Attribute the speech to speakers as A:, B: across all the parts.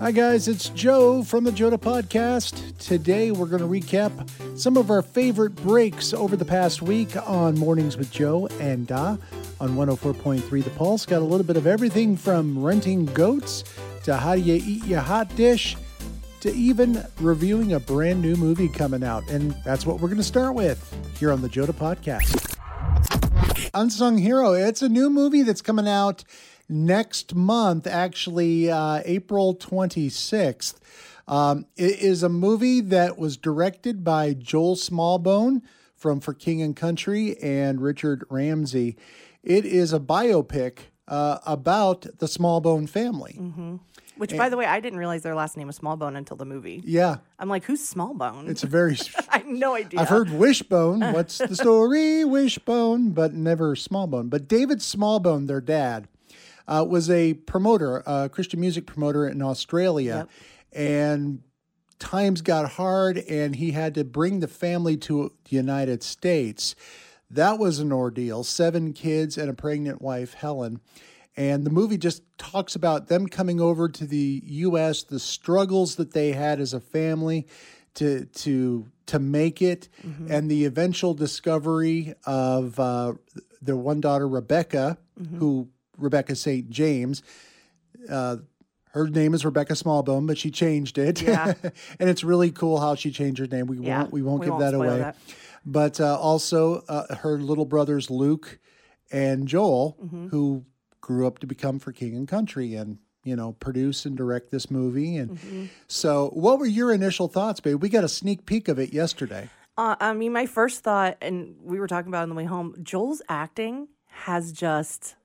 A: Hi, guys, it's Joe from the Joda Podcast. Today, we're going to recap some of our favorite breaks over the past week on Mornings with Joe and Da on 104.3 The Pulse. Got a little bit of everything from renting goats to how do you eat your hot dish to even reviewing a brand new movie coming out. And that's what we're going to start with here on the Joda Podcast. Unsung Hero. It's a new movie that's coming out next month, actually, uh, April 26th. Um, it is a movie that was directed by Joel Smallbone from For King and Country and Richard Ramsey. It is a biopic uh, about the Smallbone family.
B: Which, by the way, I didn't realize their last name was Smallbone until the movie.
A: Yeah,
B: I'm like, who's Smallbone?
A: it's a very.
B: I had no idea.
A: I've heard Wishbone. What's the story? Wishbone, but never Smallbone. But David Smallbone, their dad, uh, was a promoter, a Christian music promoter in Australia. And times got hard, and he had to bring the family to the United States. That was an ordeal. Seven kids and a pregnant wife, Helen. And the movie just talks about them coming over to the U.S., the struggles that they had as a family to to to make it,
B: Mm-hmm.
A: and the eventual discovery of uh, their one daughter Rebecca,
B: Mm-hmm.
A: who Rebecca St. James. Uh, her name is Rebecca Smallbone, but she changed it,
B: Yeah.
A: and it's really cool how she changed her name. We
B: Yeah,
A: won't we won't
B: we
A: give
B: won't
A: that
B: spoil
A: away,
B: that.
A: but uh, also uh, her little brothers Luke and Joel,
B: Mm-hmm.
A: who grew up to become for King and Country, and you know produce and direct this movie. And
B: Mm-hmm.
A: so, what were your initial thoughts, babe? We got a sneak peek of it yesterday.
B: Uh, I mean, my first thought, and we were talking about it on the way home, Joel's acting has just,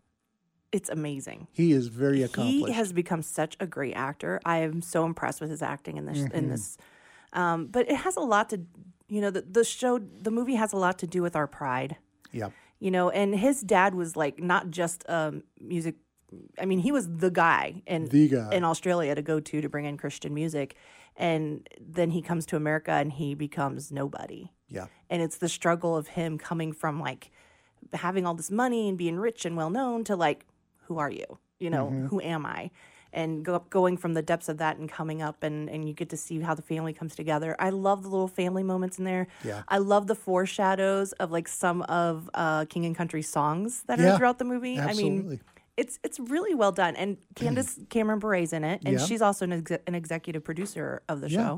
B: it's amazing.
A: He is very accomplished.
B: He has become such a great actor. I am so impressed with his acting in this. In
A: Mm-hmm.
B: this, um, but it has a lot to, you know, the, the show, the movie has a lot to do with our pride.
A: yeah,
B: you know and his dad was like not just um music i mean he was the guy in
A: The guy.
B: in australia to go to to bring in christian music and then he comes to america and he becomes nobody
A: yeah,
B: and it's the struggle of him coming from like having all this money and being rich and well known to like who are you you know
A: Mm-hmm.
B: who am i and go, going from the depths of that and coming up and, and you get to see how the family comes together i love the little family moments in there
A: Yeah.
B: i love the foreshadows of like some of uh, king and country songs that
A: Yeah,
B: are throughout the movie i mean
A: absolutely.
B: it's it's really well done and candace cameron bure's in it and
A: Yeah. Mm-hmm.
B: she's also an, exe- an executive producer of the show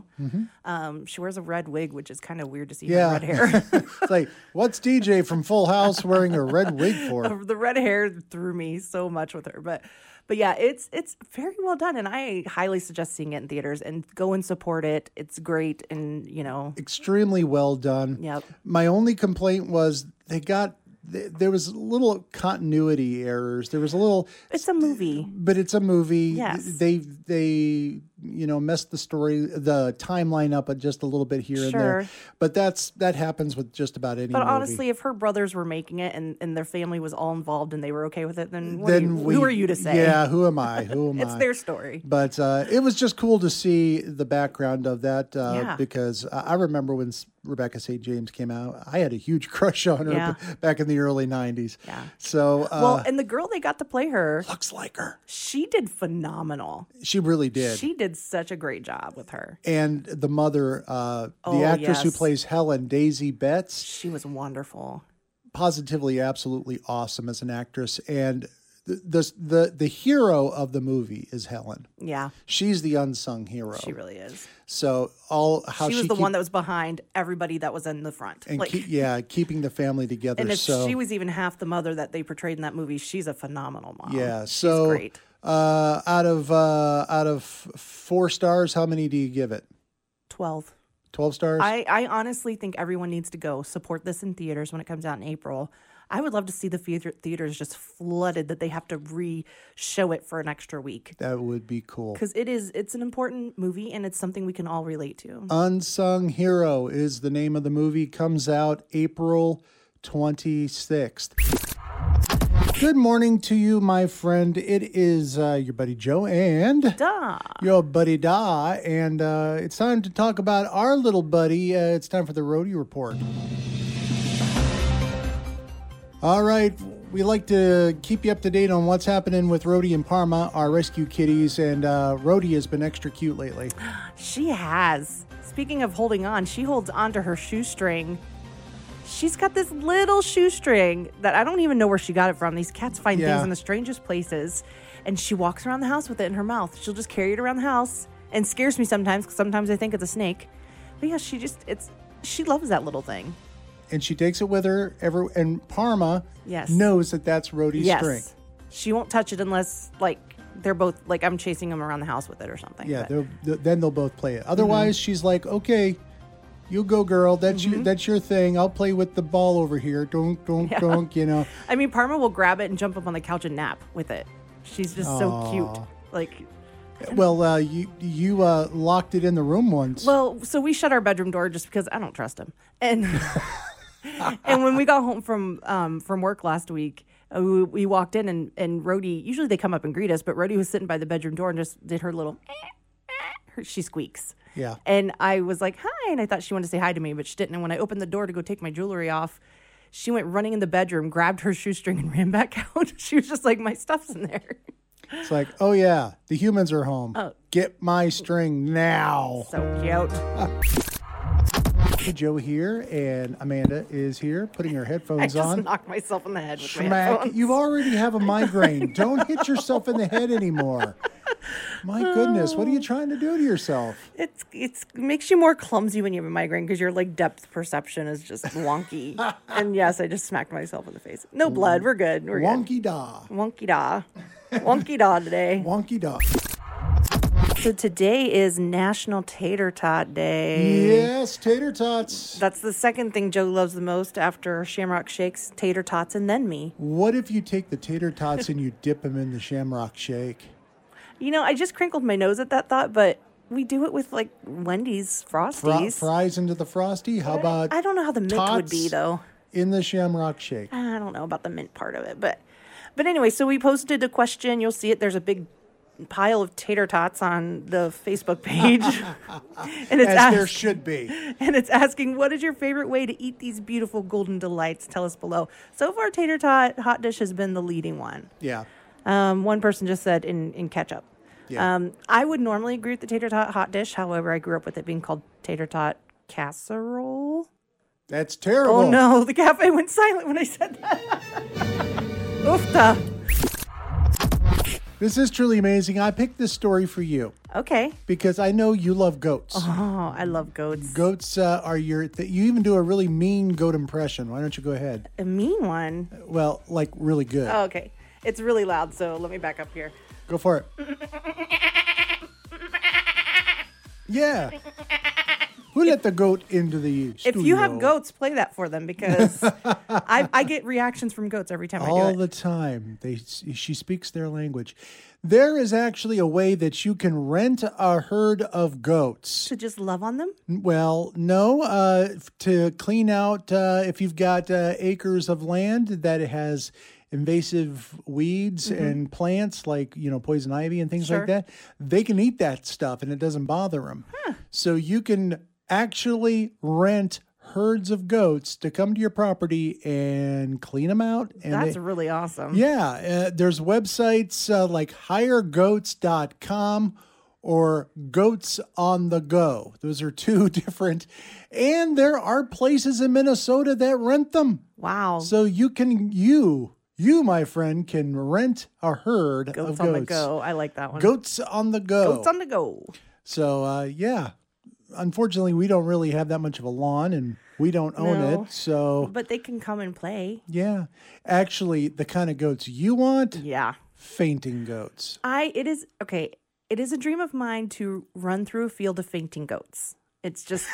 B: um, she wears a red wig which is kind of weird to see her in
A: Yeah.
B: red hair
A: it's like, what's DJ from Full House wearing a red wig for?
B: the red hair threw me so much with her but but yeah it's it's very well done and i highly suggest seeing it in theaters and go and support it it's great and you know
A: Extremely well done.
B: Yep.
A: My only complaint was they got th- there was little continuity errors. There was a little,
B: it's a movie
A: but it's a movie.
B: Yes.
A: They they you know messed the story the timeline up just a little bit here and there.
B: Sure.
A: But that's that happens with just about any.
B: but
A: movie.
B: honestly if her brothers were making it and, and their family was all involved and they were okay with it then, what
A: then
B: are you,
A: we,
B: who are you to say
A: Yeah, who am I? Who am
B: it's
A: I?
B: their story
A: But uh, it was just cool to see the background of that uh,
B: Yeah.
A: because I I remember when S- Rebecca St. James came out, I had a huge crush on her
B: Yeah.
A: b- back in the early 90s.
B: Yeah.
A: So, uh,
B: well and the girl they got to play her
A: looks like her.
B: she did phenomenal
A: She really did.
B: she did such a great job with her
A: and the mother, uh,
B: Oh,
A: the actress who
B: yes.
A: plays Helen, Daisy Betts,
B: she was wonderful
A: positively absolutely awesome as an actress and the the the, the hero of the movie is Helen.
B: yeah
A: She's the unsung hero.
B: she really is
A: so all how
B: she
A: she,
B: was the
A: keep-
B: one that was behind everybody that was in the front.
A: and
B: like,
A: keep, yeah, keeping the family together.
B: and if
A: so
B: she was even half the mother that they portrayed in that movie, she's a phenomenal mom.
A: yeah,
B: she's
A: so
B: great.
A: uh out of uh out of f- 4 stars, how many do you give it?
B: Twelve.
A: 12 stars?
B: I, I honestly think everyone needs to go support this in theaters when it comes out in April. I would love to see the theater, theaters just flooded that they have to re-show it for an extra week
A: that would be cool.
B: because it is it's an important movie and it's something we can all relate to.
A: Uh, Unsung Hero is the name of the movie. Comes out April 26th. Good morning to you, my friend. It is uh, your buddy Joe and
B: Duh.
A: your buddy Da, and uh, it's time to talk about our little buddy. Uh, it's time for the Roadie Report. All right, We like to keep you up to date on what's happening with Rhodey and Parma, our rescue kitties, and uh, Rhodey has been extra cute lately.
B: She has. Speaking of holding on, she holds onto her shoestring. She's got this little shoestring that I don't even know where she got it from. These cats find
A: Yeah.
B: things in the strangest places. And she walks around the house with it in her mouth. She'll just carry it around the house and scares me sometimes 'cause sometimes I think it's a snake. But yeah, she just, it's, she loves that little thing.
A: And she takes it with her, ever, and Parma
B: Yes.
A: knows that that's Rhodey's
B: Yes.
A: string.
B: She won't touch it unless, like, they're both, like, I'm chasing them around the house with it or something.
A: Yeah,
B: but-
A: they'll, th- then they'll both play it. Otherwise,
B: Mm-hmm.
A: she's like, "Okay, you go, girl. That's you. That's your thing. I'll play with the ball over here. Don't, don't, don't. You know,
B: I mean, Parma will grab it and jump up on the couch and nap with it. She's just so cute. Like,
A: Well, uh, you you uh, locked it in the room once.
B: well, so we shut our bedroom door just because I don't trust him. And and when we got home from um, from work last week, uh, we, we walked in and and Rhodey. Usually they come up and greet us, but Rhodey was sitting by the bedroom door and just did her little. her- She squeaks.
A: Yeah.
B: And I was like, hi. And I thought she wanted to say hi to me, but she didn't. And when I opened the door to go take my jewelry off, she went running in the bedroom, grabbed her shoestring, and ran back out. she was just like, my stuff's in there.
A: it's like, oh yeah, the humans are home.
B: Oh.
A: Get my string now.
B: So cute.
A: Joe here, and Amanda is here, putting her
B: I
A: headphones
B: just
A: on.
B: knocked myself in the head with my
A: Schmack!
B: headphones.
A: You already have a migraine. Don't hit yourself in the head anymore. My goodness, what are you trying to do to yourself?
B: It's it's it makes you more clumsy when you have a migraine because your like depth perception is just wonky. and yes, I just smacked myself in the face. No blood. We're good. We're
A: Wonky da,
B: good. Wonky da. Wonky da today.
A: wonky da.
B: So today is National Tater Tot Day.
A: Yes, tater tots.
B: That's the second thing Joe loves the most after Shamrock Shakes, Tater Tots, and then me.
A: What if you take the tater tots and you dip them in the shamrock shake?
B: You know, I just crinkled my nose at that thought, but we do it with like Wendy's
A: Fri-
B: Frosties.
A: fries into the frosty. How about
B: I don't know how the mint would be
A: tots?
B: though.
A: in the shamrock shake?
B: I don't know about the mint part of it, but but anyway, so we posted a question. You'll see it. There's a big pile of tater tots on the Facebook page, and it's
A: As there
B: ask,
A: should be.
B: and it's asking, what is your favorite way to eat these beautiful golden delights? Tell us below. So far, tater tot hot dish has been the leading one.
A: Yeah.
B: Um, one person just said in in ketchup.
A: Yeah.
B: Um, I would normally agree with the tater tot hot dish. However, I grew up with it being called tater tot casserole.
A: That's terrible.
B: Oh no, the cafe went silent when I said that. Oofta.
A: This is truly amazing. I picked this story for you
B: Okay.
A: because I know you love goats.
B: Oh, I love goats.
A: Goats uh, are your. Th- you even do a really mean goat impression. Why don't you go ahead?
B: A mean one.
A: Well, like really good.
B: Oh, okay. It's really loud, so let me back up here.
A: Go for it. yeah. Who let the goat into the
B: If you have
A: studio?
B: goats, play that for them because I, I get reactions from goats every time I
A: all
B: do it.
A: the time. They she speaks their language. There is actually a way that you can rent a herd of goats.
B: to just love on them?
A: Well, no, uh, to clean out uh, if you've got uh, acres of land that has invasive weeds and plants like you know poison ivy and things
B: Mm-hmm. Sure.
A: like that. They can eat that stuff and it doesn't bother them. So you can actually rent herds of goats to come to your property and clean them out and
B: That's
A: they-
B: really awesome.
A: yeah, uh, there's websites uh, like hiregoats.com or Goats on the Go. Those are two different, and there are places in Minnesota that rent them.
B: Wow.
A: So you can you you my friend can rent a herd of
B: goats on
A: goats.
B: the go. I like that one.
A: Goats on the go.
B: Goats on the go.
A: so uh, yeah, unfortunately we don't really have that much of a lawn, and we don't own
B: No.
A: it. So
B: But they can come and play.
A: yeah, actually the kind of goats you want
B: Yeah.
A: fainting goats.
B: I it is okay. It is a dream of mine to run through a field of fainting goats. It's just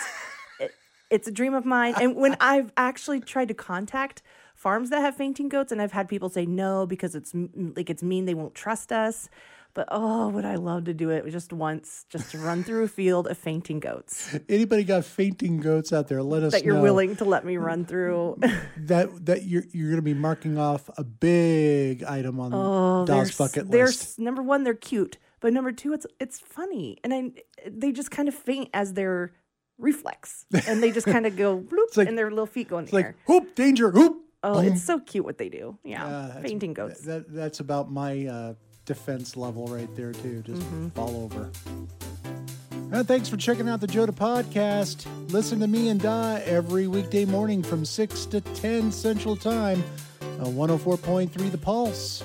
B: it, it's a dream of mine. And when I've actually tried to contact farms that have fainting goats, and I've had people say no because it's m- like it's mean they won't trust us. But oh, would I love to do it just once, just to run through a field of fainting goats
A: Anybody got fainting goats out there? Let us
B: that you're
A: know
B: willing to let me run through.
A: that that you're you're going to be marking off a big item on
B: Oh, they're
A: Dos
B: s-
A: bucket
B: they're
A: list.
B: s- number one, they're cute, but number two, it's it's funny, and I they just kind of faint as their reflex, and they just kind of go bloop,
A: like-
B: and their little feet go in the
A: It's like
B: air.
A: hoop danger hoop
B: Oh, it's so cute what they do. Yeah,
A: that's-
B: painting goats.
A: That that's about my uh, defense level right there too. Just
B: Mm-hmm.
A: fall over. Uh, thanks for checking out the Joda podcast. Listen to me and Di every weekday oh morning from 6 to 10 Central Time on 104.3 The Pulse.